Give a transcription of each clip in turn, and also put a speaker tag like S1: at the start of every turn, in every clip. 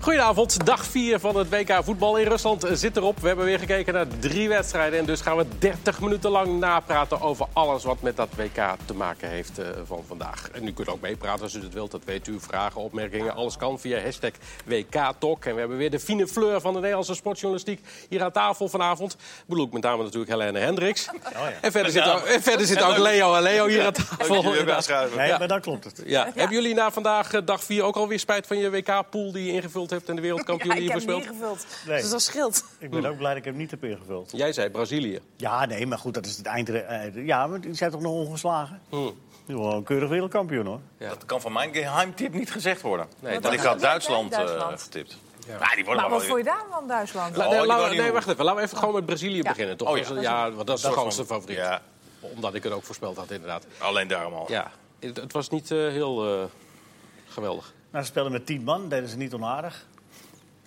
S1: Goedenavond, dag 4 van het WK voetbal in Rusland zit erop. We hebben weer gekeken naar drie wedstrijden. En dus gaan we 30 minuten lang napraten over alles wat met dat WK te maken heeft eh, van vandaag. En u kunt ook meepraten als u dat wilt. Dat weet u. Vragen, opmerkingen, alles kan via hashtag WKTalk. En we hebben weer de fine fleur van de Nederlandse sportjournalistiek hier aan tafel vanavond. Bedoel ik met name natuurlijk Helene Hendricks. En verder zit, ook, en verder zit ook Leo en Leo hier aan tafel.
S2: Nee,
S1: Ja.
S2: maar dan klopt het.
S1: Ja. Hebben jullie na vandaag eh, dag 4 ook alweer spijt van je WK-pool die je ingevuld hebt en de wereldkampioen
S3: Ja,
S1: die
S3: ik
S1: je
S3: heb hem
S1: verspeelt?
S3: niet gevuld.
S2: Nee.
S3: Dus dat scheelt.
S2: Ik ben ook blij dat ik hem niet heb ingevuld.
S1: Jij zei
S4: Oh,
S1: Brazilië.
S2: Ja, nee, maar goed, dat is het eind. eh, ja, maar die zijn toch nog ongeslagen?
S1: Hmm.
S2: Nu wel een keurig wereldkampioen, hoor.
S4: Dat kan van mijn geheimtip niet gezegd worden.
S1: Nee,
S4: Want
S1: dat-
S4: ik had
S3: dat-
S4: Duitsland, eh,
S3: Duitsland.
S4: getipt. Maar die worden
S3: Maar
S4: wel
S3: wat vond je daarvan, Duitsland?
S1: La- Nou,
S4: Oh,
S1: nee, laten we-
S4: die wou je
S1: nee,
S4: niet
S1: wacht even. Laten we even gewoon met Brazilië beginnen. Toch?
S4: Oh, ja.
S1: Dat is- ja, want dat is de grootste favoriet.
S4: Ja.
S1: Omdat ik het ook voorspeld had, inderdaad.
S4: Alleen daarom al.
S1: Ja, het, het was niet eh, heel eh, geweldig.
S2: Nou, ze speelden met tien man, deden ze niet onaardig.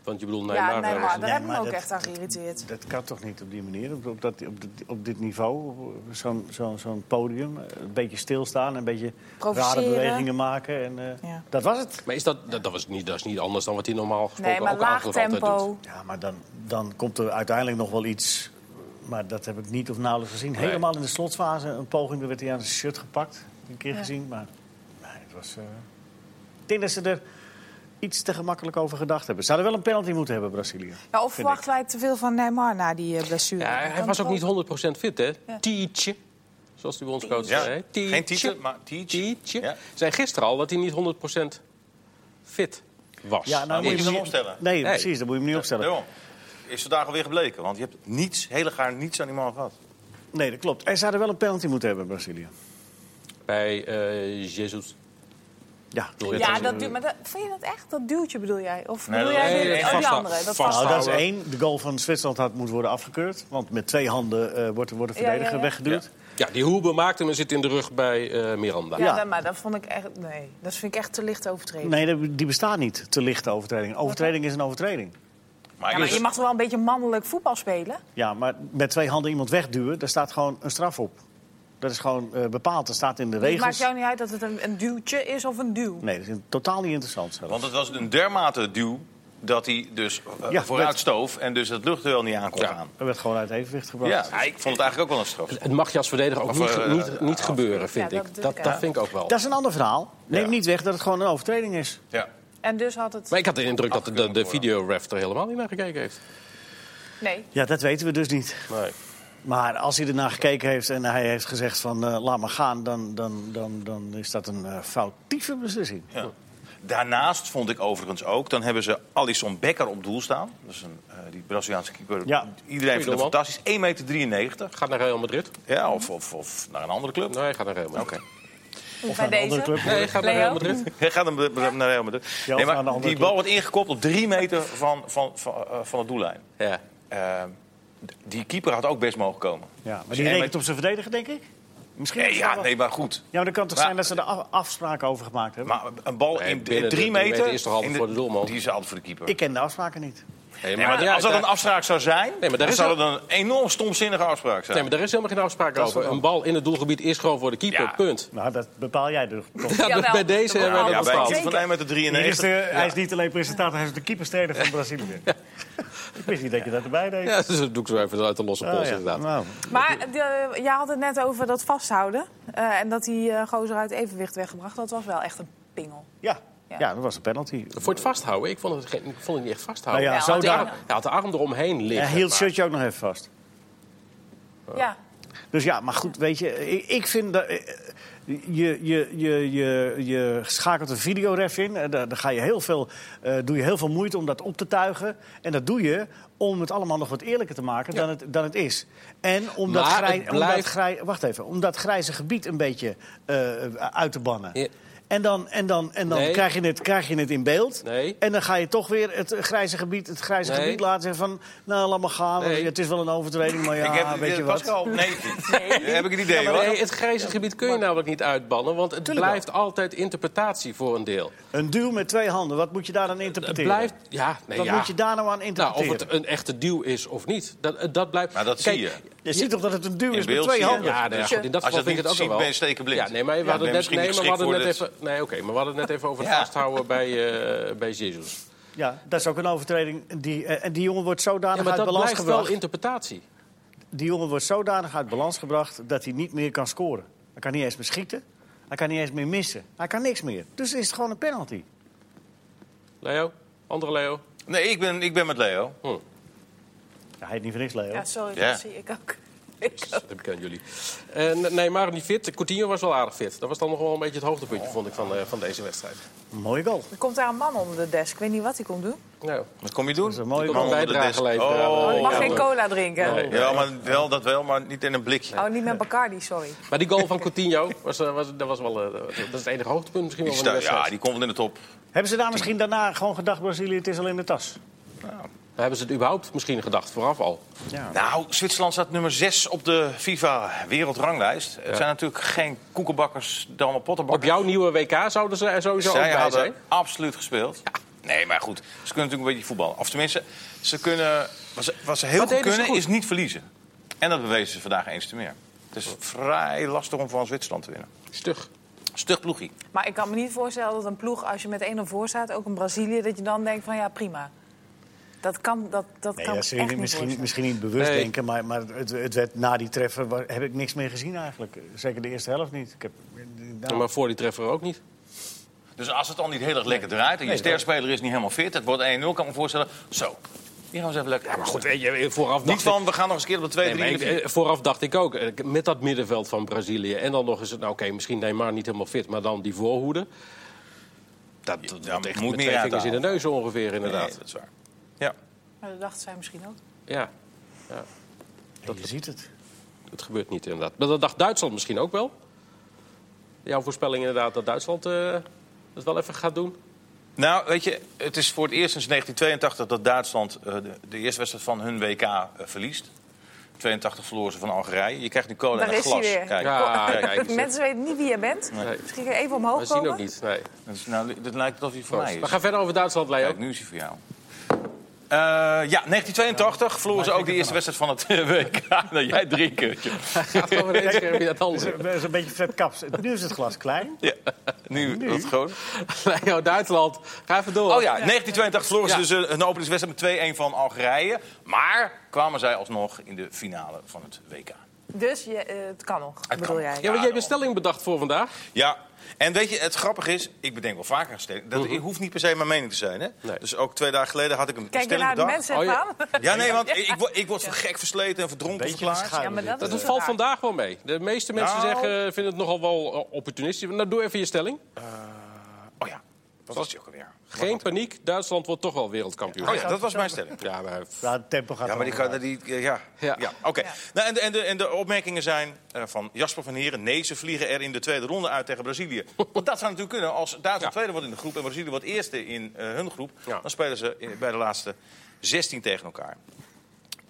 S1: Want je bedoelt Neymar.
S3: Ja,
S1: eh,
S3: nee, maar daar
S2: Nee,
S3: heb ik me
S2: maar
S3: ook
S2: dat-
S3: echt aan geïrriteerd.
S2: Dat kan toch niet op die manier, op, op dat, op, dit- op dit niveau, op zo'n zo'n zo'n podium. eh, Een beetje stilstaan, een beetje rare
S3: Provoceren.
S2: bewegingen maken. En, eh,
S3: Ja.
S2: Dat was het.
S1: Maar is dat, dat, dat was niet, dat is niet anders dan wat hij normaal gesproken
S3: Nee, maar
S1: ook
S3: laag
S1: eigenlijk altijd doet.
S3: tempo.
S2: Ja, maar dan, dan komt er uiteindelijk nog wel iets. Maar dat heb ik niet of nauwelijks gezien. Helemaal in de slotfase een poging. Daar werd hij aan zijn shirt gepakt. Een keer gezien. Maar nee, het was. eh, Ik denk dat ze er iets te gemakkelijk over gedacht hebben. Ze hadden wel een penalty moeten hebben, Brazilië.
S3: Ja, of
S2: vind ik.
S3: verwachten wij te veel van Neymar na die eh, blessure?
S1: Ja, hij was ook niet 100% fit, hè?
S3: Ja.
S1: Tietje. Zoals die bij ons coach
S4: Ja.
S1: zei. hè?
S4: Geen titel, maar tietje.
S1: Tietje.
S4: Ja.
S1: Zei gisteren al dat hij niet 100% fit was.
S2: Ja, nou,
S4: moet je hem
S2: niet-
S4: opstellen.
S2: Nee,
S1: Nee.
S2: precies. Dat moet je hem niet opstellen.
S4: Daarom. Is vandaag alweer gebleken, want je hebt niets, hele gaar niets aan die man gehad.
S2: Nee, dat klopt. En ze hadden wel een penalty moeten hebben, Brazilië.
S1: Bij eh Jezus.
S2: Ja. eh,
S1: Doe je
S3: Ja,
S1: het?
S3: dat duw- maar dat, vind je dat echt? Dat duwtje bedoel jij? Of
S4: Nee,
S3: bedoel
S4: dat-
S3: jij
S4: nee,
S3: dit?
S4: nee,
S3: oh, die
S1: vast-
S3: andere. Dat
S1: vast-
S3: vast.
S2: Nou, dat is
S1: Vasthouden.
S2: één. De goal van Zwitserland had moeten worden afgekeurd. Want met twee handen eh, wordt, wordt de
S3: Ja, ja,
S2: verdediger
S3: ja.
S2: weggeduwd.
S1: Ja, die Hoebe maakte hem en zit in de rug bij eh, Miranda.
S3: Ja,
S2: Ja.
S3: dat- maar dat vond ik echt... Nee, dat vind ik echt te licht overtreden.
S2: Nee, dat- die bestaat niet, te lichte overtreding. Overtreding is een overtreding.
S3: Ja,
S4: Maar, ik
S3: maar
S4: wist-
S3: je mag toch wel een beetje mannelijk voetbal spelen? Dus
S2: Ja, maar met twee handen iemand wegduwen, daar staat gewoon een straf op. Dat is gewoon eh, bepaald, dat staat in de
S3: Het maakt
S2: regels.
S3: jou niet uit dat het een, een duwtje is of een duw.
S2: Nee, dat is in- totaal niet interessant zelfs.
S4: Want het was een dermate duw dat hij dus eh,
S2: Ja,
S4: vooruit
S2: dat-
S4: stoof en dus het luchtduel niet aan kon
S1: Ja.
S4: gaan.
S2: Er werd gewoon uit evenwicht gebracht.
S4: Ja, ik vond het eigenlijk ook wel een straf.
S1: Het mag je als verdediger ook
S4: Of,
S1: niet,
S4: eh,
S1: niet, niet gebeuren, vind
S3: Ja, dat
S1: ik.
S3: doe
S1: Dat,
S3: ik
S1: dat
S3: ook.
S1: vind ik ook wel.
S2: Dat is een ander verhaal. Neem
S4: Ja.
S2: niet weg dat het gewoon een overtreding is.
S4: Ja.
S3: En dus had het...
S1: Maar ik had de indruk dat de, de, de
S4: Afgekeurd worden.
S1: videoref er helemaal niet naar gekeken heeft.
S3: Nee.
S2: Ja, dat weten we dus niet.
S1: Nee.
S2: Maar als hij ernaar gekeken heeft en hij heeft gezegd van eh, laat maar gaan... dan, dan, dan, dan is dat een eh, foutieve beslissing.
S4: Ja. Daarnaast vond ik overigens ook, dan hebben ze Alisson Becker op doel staan. Dat is een, eh, die Braziliaanse keeper.
S2: Ja.
S4: Iedereen vindt
S1: doelman.
S4: hem fantastisch. 1,93 meter.
S1: Gaat naar Real Madrid?
S4: Ja, of, of, of naar een andere club.
S1: Nee, gaat naar Real Madrid.
S4: Oké.
S3: Of
S2: Van
S3: bij
S2: een andere
S3: deze?
S2: club.
S1: Nee, gaat naar
S3: Leo?
S1: Real Madrid.
S4: Hij gaat hem be- be- naar Real Madrid.
S2: Ja, of
S4: Nee,
S2: naar een
S4: maar
S2: andere
S4: die
S2: club.
S4: bal wordt ingekopt op drie meter van, van, van, eh, van het doellijn.
S1: Ja.
S4: Eh, d- die keeper had ook best mogen komen.
S2: Ja, maar
S4: Dus
S2: die
S4: één
S2: rekent
S4: met-
S2: op zijn verdediger, denk ik? Misschien
S4: Nee,
S2: is
S4: ja,
S2: dat-
S4: nee, maar goed.
S2: Ja, maar dan kan het toch
S4: Maar-
S2: zijn dat ze er af- afspraken over gemaakt hebben?
S4: Maar een bal
S1: Nee, binnen
S4: in drie,
S1: de drie
S4: meter...
S1: meter is toch altijd
S4: in
S1: voor de doelman?
S4: Die is altijd voor de keeper.
S2: Ik ken de afspraken niet.
S1: Nee,
S4: Nee, maar
S1: ja,
S4: als dat
S1: daar-
S4: een afspraak zou zijn,
S1: maar daar
S4: dan
S1: is
S4: zou
S1: al-
S4: dat een enorm stomzinnige afspraak zijn.
S1: Nee, maar daar is helemaal geen afspraak over. Een bal in het doelgebied is gewoon voor de keeper,
S4: Ja.
S1: punt.
S2: Nou, dat bepaal jij dus toch.
S1: Ja,
S3: Jawel,
S1: bij deze
S3: dat
S1: hebben we dat
S3: bepaalt-
S4: ja, bij
S1: bepaald.
S4: een van 1 met de
S2: Hij is, de,
S4: 93.
S2: hij is niet alleen presentator, hij is de keeperstrainer van Brazilië. Ik wist niet dat je dat erbij deed.
S1: Ja, dus dat doe ik zo even uit de losse
S2: Ah,
S1: pols,
S2: ja.
S1: inderdaad.
S2: Nou,
S3: Maar eh, de- jij had het net over dat vasthouden. eh, en dat die eh, gozer uit evenwicht weggebracht. Dat was wel echt een pingel.
S2: ja.
S3: Ja.
S2: ja, dat was een penalty.
S1: Voor het vasthouden, ik vond het, geen, ik vond het niet echt
S2: Nou
S1: vasthouden.
S2: ja,
S3: Ja,
S2: zo
S3: want
S1: Hij
S2: daar,
S1: had- hij had de arm eromheen liggen.
S2: hij hield
S1: maar-
S2: shirtje ook nog even vast.
S3: Ja.
S2: Dus ja, maar goed, weet je, ik, ik vind dat... eh, Je, je, je, je, je schakelt een videoref in. eh, Daar, daar ga je heel veel, eh, doe je heel veel moeite om dat op te tuigen. En dat doe je om het allemaal nog wat eerlijker te maken dan, het, dan het is. En om dat,
S1: Maar
S2: grij-
S1: het blijft-
S2: om dat grij- wacht even, om dat grijze gebied een beetje eh, uit te bannen.
S1: Ja.
S2: En dan, en dan, en dan
S1: Nee.
S2: krijg, je het, krijg je het in beeld.
S1: Nee.
S2: En dan ga je toch weer het grijze gebied, het grijze
S1: Nee.
S2: gebied laten zeggen van... nou, laat maar gaan, want
S1: Nee.
S2: het is wel een overtreding, maar
S4: Ik
S2: ja,
S4: heb,
S2: weet je wat.
S4: Pascal, nee, heb ik het idee, hoor.
S1: Nee, het grijze gebied kun je namelijk niet uitbannen, want het
S2: Tuurlijk
S1: blijft altijd interpretatie voor een deel.
S2: Een duw met twee handen, wat moet je daar aan
S1: Het
S2: interpreteren?
S1: blijft, ja, nee,
S2: Wat
S1: ja.
S2: moet je daar nou aan
S1: nou, of
S2: interpreteren?
S1: het een echte duw is of niet, dat, dat blijft.
S4: Maar dat
S1: Kijk,
S4: zie je.
S2: Je ziet toch dat het een duw
S4: In
S2: is met
S4: beeld
S2: twee
S4: zie je
S2: handen?
S1: Ja, nee,
S4: Dus
S1: goed, in dat
S4: als
S1: geval
S4: je het
S1: vind ik het
S4: niet
S1: ook
S4: ziet,
S1: wel.
S4: ben je stekenblind.
S1: Ja, nee, maar we
S4: Ja,
S1: hadden
S4: ben
S1: het net,
S4: misschien
S1: nee, maar we
S4: geschikt
S1: hadden net
S4: voor
S1: even, nee, oké, maar we hadden het net even over het
S4: Ja.
S1: vasthouden bij, eh bij Jezus.
S2: Ja, dat is ook een overtreding. Die, eh, en die jongen wordt zodanig
S1: Ja, maar
S2: uit
S1: dat
S2: balans
S1: blijft
S2: gebracht.
S1: wel interpretatie.
S2: Die jongen wordt zodanig uit balans gebracht dat hij niet meer kan scoren. Hij kan niet eens meer schieten. Hij kan niet eens meer missen. Hij kan niks meer. Dus is het gewoon een penalty.
S1: Leo? Andere Leo?
S4: Nee, ik ben, ik ben met Leo.
S1: Hm,
S2: Ja, hij heet niet voor niks, Leo.
S3: Ja, sorry,
S4: Ja.
S3: dat zie ik ook. Ik ook.
S1: dat heb ik aan jullie. Eh, nee, maar niet fit. Coutinho was wel aardig fit. Dat was dan nog wel een beetje het hoogtepuntje, vond ik, van, eh, van deze wedstrijd.
S2: Mooie goal.
S3: Er komt daar een man onder de desk. Ik weet niet wat hij komt doen.
S1: Nou,
S4: Wat kom je doen?
S2: Dat is een mooie
S1: ik
S2: goal.
S1: kon een
S4: onder de
S1: bijdrage
S4: desk.
S1: leveren.
S4: Oh,
S1: aan, eh,
S3: Ik mag
S1: aan,
S3: geen
S1: eh,
S3: cola drinken.
S1: Nee.
S4: Ja, maar wel, dat wel, maar niet in een blikje.
S3: Oh, niet met Bacardi, sorry.
S1: Maar die goal van Coutinho, was, eh, was, dat, was wel, eh, dat is het enige hoogtepunt misschien wel
S4: Die
S1: van de
S4: sta-
S1: wedstrijd.
S4: ja, die komt wel in de top.
S2: Hebben ze daar misschien daarna gewoon gedacht, Brazilië, het is al in de tas?
S1: Dan hebben ze het überhaupt misschien gedacht, vooraf al.
S2: Ja.
S4: Nou, Zwitserland staat nummer 6 op de FIFA wereldranglijst. Het zijn natuurlijk geen koekenbakkers, dan
S1: Op
S4: pottenbakkers.
S1: jouw nieuwe WK zouden ze er sowieso
S4: Zij
S1: ook bij
S4: hadden
S1: zijn.
S4: absoluut gespeeld. Nee, maar goed, ze kunnen natuurlijk een beetje voetballen. Of tenminste, ze kunnen, wat, ze, wat ze heel
S1: Wat
S4: goed
S1: deden ze
S4: kunnen
S1: goed?
S4: is niet verliezen. En dat bewezen ze vandaag eens te meer. Het is vrij lastig om van Zwitserland te winnen.
S1: Stug.
S4: Stug ploegie.
S3: Maar ik kan me niet voorstellen dat een ploeg, als je met 1-0 voor staat, ook in Brazilië, dat je dan denkt van ja, prima. Dat kan, dat, dat
S2: Nee,
S3: kan
S2: ja,
S3: ik
S2: ze
S3: echt niet
S2: misschien,
S3: voorstellen.
S2: misschien niet bewust
S1: Nee.
S2: denken, maar, maar het, het werd na die treffer wa- heb ik niks meer gezien eigenlijk. Zeker de eerste helft niet. Ik heb, nou,
S1: Maar voor die treffer ook niet.
S4: Dus als het al niet heel erg lekker draait en je sterspeler is niet helemaal fit, het wordt 1-0, kan ik me voorstellen. Zo, die gaan we eens even lekker.
S1: Ja, maar goed, weet je, vooraf
S4: niet
S1: dacht ik...
S4: van, we gaan nog eens een keer op de 2-3.
S1: Nee, maar ik- eh, vooraf dacht ik ook, eh, met dat middenveld van Brazilië... en dan nog eens, nou, oké, misschien Neymar niet helemaal fit... maar dan die voorhoede. Dat, dat
S4: Ja,
S1: wordt echt
S4: moet
S1: met
S4: meer
S1: twee vingers in
S4: uithalen.
S1: de neus ongeveer, inderdaad.
S4: dat is waar. Ja.
S3: Maar dat dachten zij misschien ook.
S1: Ja, ja,
S2: je ziet het.
S1: dat gebeurt niet inderdaad. Maar dat dacht Duitsland misschien ook wel. Jouw voorspelling inderdaad dat Duitsland eh het wel even gaat doen.
S4: Nou, weet je, het is voor het eerst sinds 1982 dat Duitsland eh, de, de eerste wedstrijd van hun WK eh, verliest. 82 verloren ze van Algerije. Je krijgt nu cola
S3: Daar
S4: en een
S3: is hij
S4: glas.
S3: weer.
S4: Kijk,
S1: Ja, kijk eens.
S3: Mensen weten niet wie jij bent.
S1: Nee.
S3: Misschien kun je even omhoog
S1: We zien
S3: komen.
S1: ook niet, nee.
S4: dat is- nou, dit lijkt alsof hij voor mij
S1: We
S4: is.
S1: gaan verder over Duitsland, Leo.
S4: Kijk, nu is hij voor jou. Eh, ja, 1982 verloren ze ook de eerste wedstrijd van het eh, WK. Nou, jij drie keertje.
S1: Gaat over het scherm weer dat anders.
S2: Dat is een beetje Fred Kaps. Nu is het glas klein.
S4: Ja. Nu, wat groter.
S1: Leo, Duitsland. Ga even door.
S4: Oh ja, 1982 verloren ze
S1: Ja.
S4: dus eh, een openingswedstrijd met 2-1 van Algerije. Maar kwamen zij alsnog in de finale van het WK.
S3: Dus je, eh, het kan nog, bedoel
S4: kan.
S3: jij.
S1: Ja, want jij hebt een stelling bedacht voor vandaag.
S4: Ja, en weet je, het grappige is, ik bedenk wel vaker een stelling. Dat hoeft niet per se mijn mening te zijn. Hè?
S1: Nee.
S4: Dus ook twee dagen geleden had ik een
S3: Kijk je
S4: stelling
S3: naar de
S4: bedacht.
S3: mensen
S1: Oh,
S3: even
S1: ja.
S3: aan?
S4: Ja, nee, want ik, word, ik word voor gek versleten en verdronken
S2: Beetje
S4: verklaard.
S2: beschaamd.
S3: Ja, maar dat,
S1: Dat
S3: is
S1: valt
S3: raar.
S1: vandaag wel mee. De meeste mensen
S4: Nou.
S1: zeggen, eh, vinden het nogal wel eh, opportunistisch. Nou, doe even je stelling.
S4: Oh ja, dat was je ook alweer.
S1: Geen paniek, Duitsland wordt toch wel wereldkampioen.
S4: Oh ja, dat was mijn stelling.
S1: Ja, maar...
S2: Ja, het tempo gaat
S4: Ja, maar die,
S2: allemaal
S4: kan- die, eh, ja,
S1: Ja.
S4: ja. oké. Nou, en, de, en, de, en de opmerkingen zijn eh, van Jasper van Heren... nee, ze vliegen er in de tweede ronde uit tegen Brazilië. Want dat zou natuurlijk kunnen. Als Duitsland
S1: Ja.
S4: tweede wordt in de groep en Brazilië wordt eerste in eh, hun groep...
S1: Ja.
S4: dan spelen ze eh, bij de laatste 16 tegen elkaar.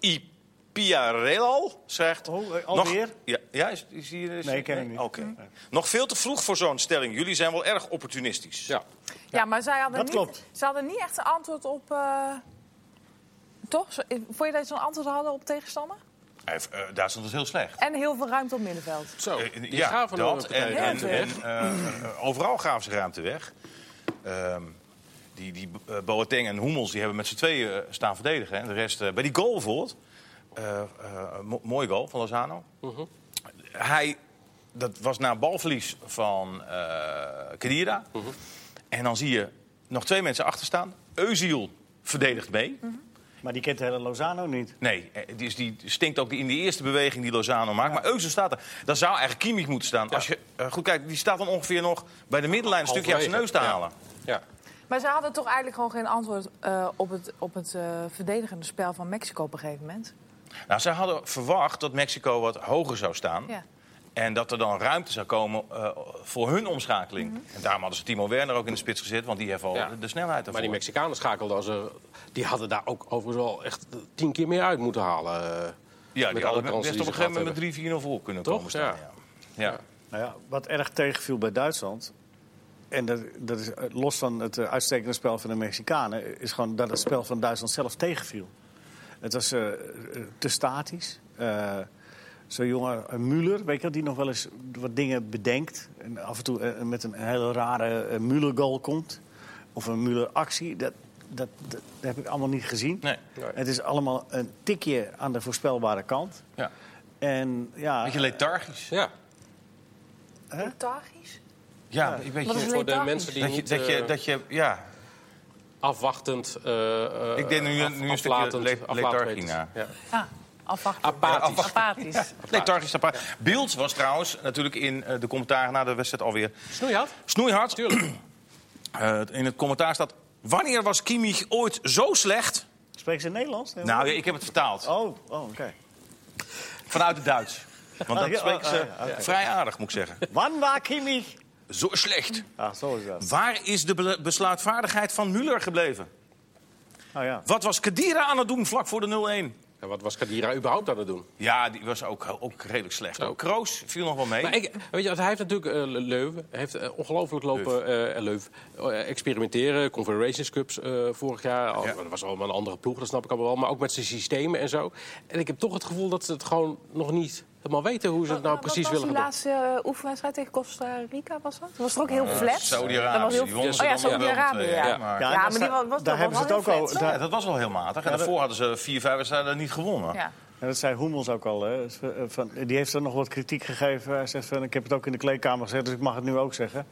S4: I Piarelal schrijft...
S2: Oh, eh, alweer?
S4: nog- ja, ja, is, is hier... is-
S2: Nee, ken ik niet.
S4: Oké. Nog veel te vroeg voor zo'n stelling. Jullie zijn wel erg opportunistisch.
S1: Ja.
S3: Ja, maar zij hadden,
S2: Dat
S3: niet,
S2: klopt.
S3: Ze hadden niet echt een antwoord op... eh, Toch? Zo- eh, Vond je dat ze een antwoord hadden op tegenstander?
S4: Hij heeft, eh, Duitsland is heel slecht.
S3: En heel veel ruimte op middenveld.
S1: Zo,
S4: Eh,
S1: die
S4: ja,
S1: gaven
S4: dat.
S1: nog een
S4: En,
S1: partij
S4: en,
S1: ruimte
S4: en,
S1: weg.
S4: eh, eh, overal gaven ze ruimte weg. Ehm, die die eh, Boateng en Hummels die hebben met z'n tweeën eh, staan verdedigen. hè. En de rest, eh, bij die goal bijvoorbeeld. eh, eh, mo- mooi goal van Lozano. Hij, dat was na balverlies van eh Kedira. En dan zie je nog twee mensen achter staan. Eusiel verdedigt mee.
S2: Maar die kent de hele Lozano niet.
S4: Nee, eh, dus die stinkt ook in de eerste beweging die Lozano maakt. Maar Eusen staat er. Dan zou eigenlijk Kimmich moeten staan. Als je eh, goed kijkt, die staat dan ongeveer nog bij de middenlijn een stukje uit zijn neus
S1: Halverwege,
S4: te halen.
S1: Ja.
S3: Maar ze hadden toch eigenlijk gewoon geen antwoord eh, op het, op het eh, verdedigende spel van Mexico op een gegeven moment.
S4: Nou, zij hadden verwacht dat Mexico wat hoger zou staan.
S3: Ja.
S4: En dat er dan ruimte zou komen eh, voor hun omschakeling.
S3: Mhm.
S4: En daarom hadden ze Timo Werner ook in de spits gezet, want die heeft al
S1: Ja.
S4: Oh, de- de snelheid ervoor.
S1: Maar die Mexicanen schakelden als er... Die hadden daar ook overigens wel echt eh, tien keer meer uit moeten halen. eh,
S4: ja, die hadden
S1: kansen
S4: best
S1: die
S4: op een
S1: ze
S4: gegeven
S1: gehad
S4: moment met 3-4-0 voor kunnen
S1: Toch?
S4: komen staan.
S1: Ja.
S4: Ja. Ja.
S2: Nou ja, wat erg tegenviel bij Duitsland. En dat, dat is eh, los van het eh, uitstekende spel van de Mexicanen. eh, Is gewoon dat het spel van Duitsland zelf tegenviel. Het was eh, eh, te statisch. Eh, Zo'n jongen, eh, Müller, weet je wel, die nog wel eens wat dingen bedenkt. En af en toe eh, met een hele rare eh, Müller-goal komt. Of een Müller-actie. Dat dat, dat heb ik allemaal niet gezien.
S4: Nee.
S2: Het is allemaal een tikje aan de voorspelbare kant.
S4: Ja.
S2: En ja,
S4: Beetje lethargisch.
S1: Ja,
S3: Lethargisch?
S4: Ja, een
S3: Wat is
S4: beetje...
S1: voor de
S3: lethargisch?
S1: mensen die
S4: Dat je,
S1: niet
S4: dat je,
S1: eh,
S4: dat je, ja,
S1: afwachtend... eh, eh,
S4: Ik denk nu een-
S1: af-
S4: nu een stukje
S1: aflatend-
S4: le-
S1: aflatend
S4: lethargie
S1: weten.
S4: na.
S1: Ja.
S3: Ja, afwachten.
S1: Apathisch.
S3: Apathisch.
S4: lethargisch. apart. Beeld was trouwens natuurlijk in eh, de commentaar na de wedstrijd alweer
S1: Snoeihard?
S4: snoeihard.
S1: Tuurlijk.
S4: Eh, in het commentaar staat... Wanneer was Kimmich ooit zo slecht?
S2: spreken ze Nederlands? Nee,
S4: Nou, ja, ik heb het vertaald.
S2: Oh, oh oké.
S4: Vanuit het Duits. Want
S2: Ah, ja,
S4: dat spreken
S2: ah,
S4: ze
S2: ah, ja, oké.
S4: vrij aardig, moet ik zeggen.
S2: Wanwa Kimmich?
S4: Zo slecht.
S2: Ah, zo is dat.
S4: Waar is de be- besluitvaardigheid van Müller gebleven?
S2: Nou ja.
S4: Wat was Kadira aan het doen vlak voor de 0-1?
S1: En wat was Kadira überhaupt aan het doen?
S4: Ja, die was ook, ook redelijk slecht.
S1: Zo.
S4: Kroos viel nog wel mee.
S1: Maar ik, weet je, wat, hij heeft natuurlijk eh, Le- Leuven, hij heeft eh, ongelooflijk lopen eh Leuven, eh, experimenteren, Confederations Cups eh, vorig jaar. Al-
S4: Ja.
S1: Dat was allemaal een andere ploeg, dat snap ik allemaal wel. Maar ook met zijn systemen en zo. En ik heb toch het gevoel dat ze het gewoon nog niet helemaal weten hoe ze het nou precies
S3: Wat was
S1: willen
S3: die
S1: gaan doen.
S3: laatste eh, oefenwedstrijd tegen Costa Rica, was dat? Dat was toch ook heel flat? Dat was
S4: Saudi-Arabië.
S3: heel-
S4: die wonnen
S1: Oh
S4: ze
S1: ja,
S4: dan wel met
S3: Saudi-Arabië,
S4: twee,
S3: ja.
S4: hè, maar-
S3: Ja,
S2: en
S3: maar
S2: daar
S3: die
S2: sta-
S3: was- was
S2: daar
S3: nog
S2: hebben ze het
S3: wel
S2: ook
S3: heel
S2: al.
S3: vet,
S2: Daar,
S4: Ja, dat was wel heel matig. En daarvoor hadden ze vier, vijf wedstrijden niet gewonnen.
S3: Ja.
S2: Ja, dat zei Hoemels ook al. Hè. eh, Van, die heeft er nog wat kritiek gegeven. Hij zegt van, ik heb het ook in de kleedkamer gezegd, dus ik mag het nu ook zeggen.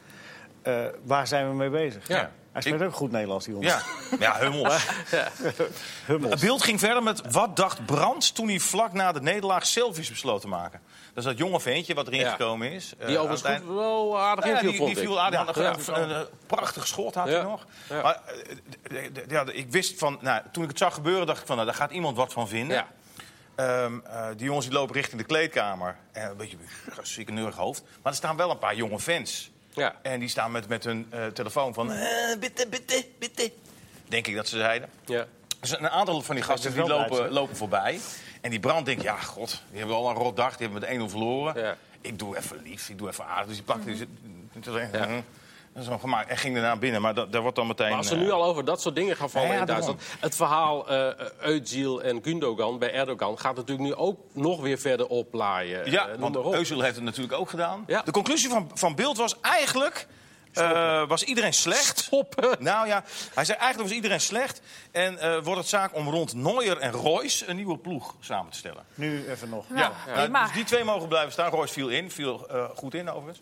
S2: Eh, waar zijn we mee bezig?
S4: Ja.
S2: Hij spreekt ook goed Nederlands, die Hoemels.
S4: Ja, ja Hummels. Het
S2: Hummels.
S4: beeld ging verder met wat dacht Brandt toen hij vlak na de nederlaag selfies besloot te maken. Dat is dat jonge ventje wat erin
S1: Ja.
S4: gekomen is. Eh,
S1: Die
S4: aan het
S1: overigens
S4: eind-
S1: goed, wel aardig
S4: Ja,
S1: inviel,
S4: die, die
S1: vond ik.
S4: viel aan. die had
S1: Ja,
S4: een, een, een prachtig schot had
S1: Ja.
S4: hij nog. Maar eh, d- d- d- ja, ik wist van, nou, toen ik het zag gebeuren, dacht ik van, nou, daar gaat iemand wat van vinden.
S1: Ja.
S4: Ehm, eh, die jongens die lopen richting de kleedkamer. En een beetje een zieke neurig hoofd. Maar er staan wel een paar jonge fans.
S1: Ja.
S4: En die staan met, met hun eh, telefoon van... eh, bitte, bitte, bitte. Denk ik dat ze zeiden.
S1: Ja.
S4: Dus een aantal van die gasten
S2: Dat
S4: die
S2: is wel
S4: lopen,
S2: Duits,
S4: lopen voorbij. En die brand denkt, ja, god, die hebben al een rot dag. Die hebben met 1-0 verloren.
S1: Ja.
S4: Ik doe even lief, ik doe even aardig. Dus die plakte... die zit- Mhm. Dat is wel gemaakt. En ging daarna binnen. Maar dat, daar wordt dan meteen...
S1: Maar als ze
S4: eh,
S1: nu al over dat soort dingen gaan vallen
S4: Ja, ja,
S1: in Duitsland. Het verhaal eh Özil en Gundogan bij Erdogan gaat natuurlijk nu ook nog weer verder oplaaien.
S4: Ja,
S1: Eh, noem
S4: want
S1: maar op.
S4: Özil heeft het natuurlijk ook gedaan.
S1: Ja.
S4: De conclusie van, van Beeld was eigenlijk... eh, was iedereen slecht?
S1: Stoppen.
S4: Nou ja, hij zei eigenlijk was iedereen slecht. En eh, wordt het zaak om rond Neuer en Royce een nieuwe ploeg samen te stellen.
S2: Nu even nog.
S3: Nou,
S4: Nou,
S3: prima.
S4: dus die twee mogen blijven staan. Royce viel in, viel eh, goed in overigens.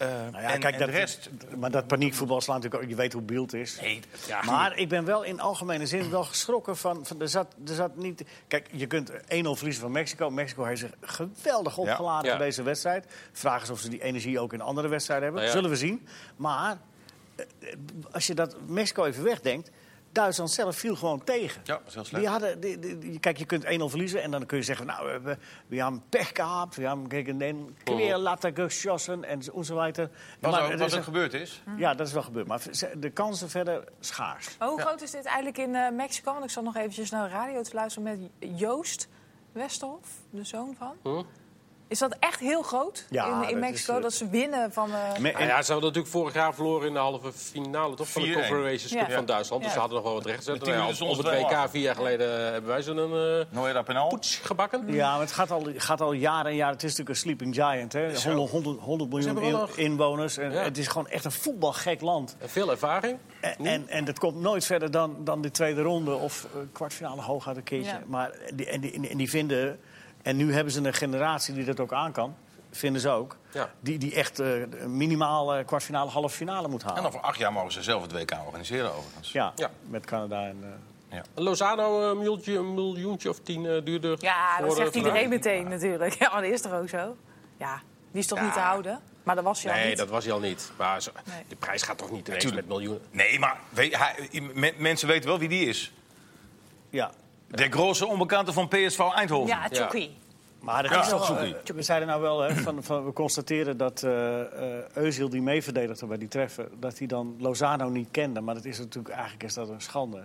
S4: Eh,
S2: Nou ja,
S4: en,
S2: kijk,
S4: en
S2: dat,
S4: de rest...
S2: Maar dat paniekvoetbal slaat natuurlijk ook. Je weet hoe beeld is.
S4: Nee, ja.
S2: Maar ik ben wel in algemene zin wel geschrokken van. van er, zat, er zat niet. Kijk, je kunt 1-0 verliezen van Mexico. Mexico heeft zich geweldig opgeladen
S1: Ja.
S2: voor deze wedstrijd. Vraag is of ze die energie ook in andere wedstrijden hebben.
S1: Nou ja.
S2: Zullen we zien. Maar eh, eh, als je dat Mexico even wegdenkt. Duitsland zelf viel gewoon tegen.
S4: Ja, was heel slecht.
S2: Die hadden, die- die- die- kijk, je kunt 1-0 verliezen en dan kun je zeggen... nou, we hebben, we hebben pech gehad, we hebben tegen den Kleer laten geschossen en zo enzovoort.
S4: Wat,
S2: Maar
S4: er-
S2: er
S4: wat
S2: is
S4: er
S2: een-
S4: gebeurd is...
S2: ja, dat is wel gebeurd. Maar ze- de kansen verder schaars.
S3: Maar Oh, hoe groot is dit eigenlijk in eh, Mexico? Want ik zat nog eventjes naar de radio te luisteren met Joost Westerhof, de zoon van. Is dat echt heel groot
S2: Ja,
S3: in,
S2: dat
S3: in
S2: is,
S3: Mexico?
S2: eh,
S3: dat ze winnen van... eh,
S2: Me-
S1: Nou
S2: en-
S1: ja, ze hadden natuurlijk vorig jaar verloren in de halve finale toch, van de
S4: 4-1.
S1: Confederations Cup
S3: Ja.
S1: van Duitsland. Dus
S3: Ja.
S1: ze hadden nog wel wat recht gezet.
S4: Met tien
S1: Nou ja, op, op
S4: minuten
S1: het
S4: stond het wel
S1: WK
S4: af.
S1: vier jaar geleden hebben wij zo'n eh
S4: Neuer daar penal.
S1: poets gebakken.
S2: Ja, maar het gaat al, gaat al jaren en jaren. Het is natuurlijk een sleeping giant, hè. 100, 100, 100 miljoen
S1: hebben wel
S2: in-
S1: nog-
S2: inwoners. En
S1: Ja.
S2: Het is gewoon echt een voetbalgek land.
S1: En Veel ervaring.
S2: En, en, en dat komt nooit verder dan, dan de tweede ronde of eh, kwartfinale hooguit een keertje.
S3: Ja.
S2: Maar die, en, die, en die vinden... En nu hebben ze een generatie die dat ook aan kan. Vinden ze ook.
S1: Ja.
S2: Die, die echt eh, minimaal eh, kwartfinale, halve finale moet
S4: En
S2: halen.
S4: over acht jaar mogen ze zelf het WK organiseren overigens.
S2: Ja,
S1: Ja.
S2: met Canada en... eh,
S1: Lozano, eh, een miljoentje, een miljoentje of tien eh, duurder.
S3: Ja, dat
S1: voor, eh,
S3: zegt iedereen
S1: vandaag.
S3: meteen natuurlijk. Ja, maar dat is toch ook zo? Ja, die is toch
S1: Ja.
S3: niet te houden? Maar dat was je al
S1: Nee,
S3: niet.
S1: dat was hij al niet. Maar zo-
S3: Nee.
S1: de prijs gaat toch niet ineens
S4: Tuurlijk.
S1: met miljoenen.
S4: Nee, maar weet- hij- men- mensen weten wel wie die is.
S2: ja.
S4: De grote onbekante van PSV Eindhoven.
S3: Ja, Chucky.
S2: Maar dat
S4: Ja,
S2: is
S4: toch
S2: wel,
S4: zoekie.
S2: eh, we zeiden nou wel, hè, van, van, we constateren dat eh eh, Özil die mee verdedigde bij die treffer... dat hij dan Lozano niet kende. Maar dat is natuurlijk, eigenlijk is dat een schande. hè.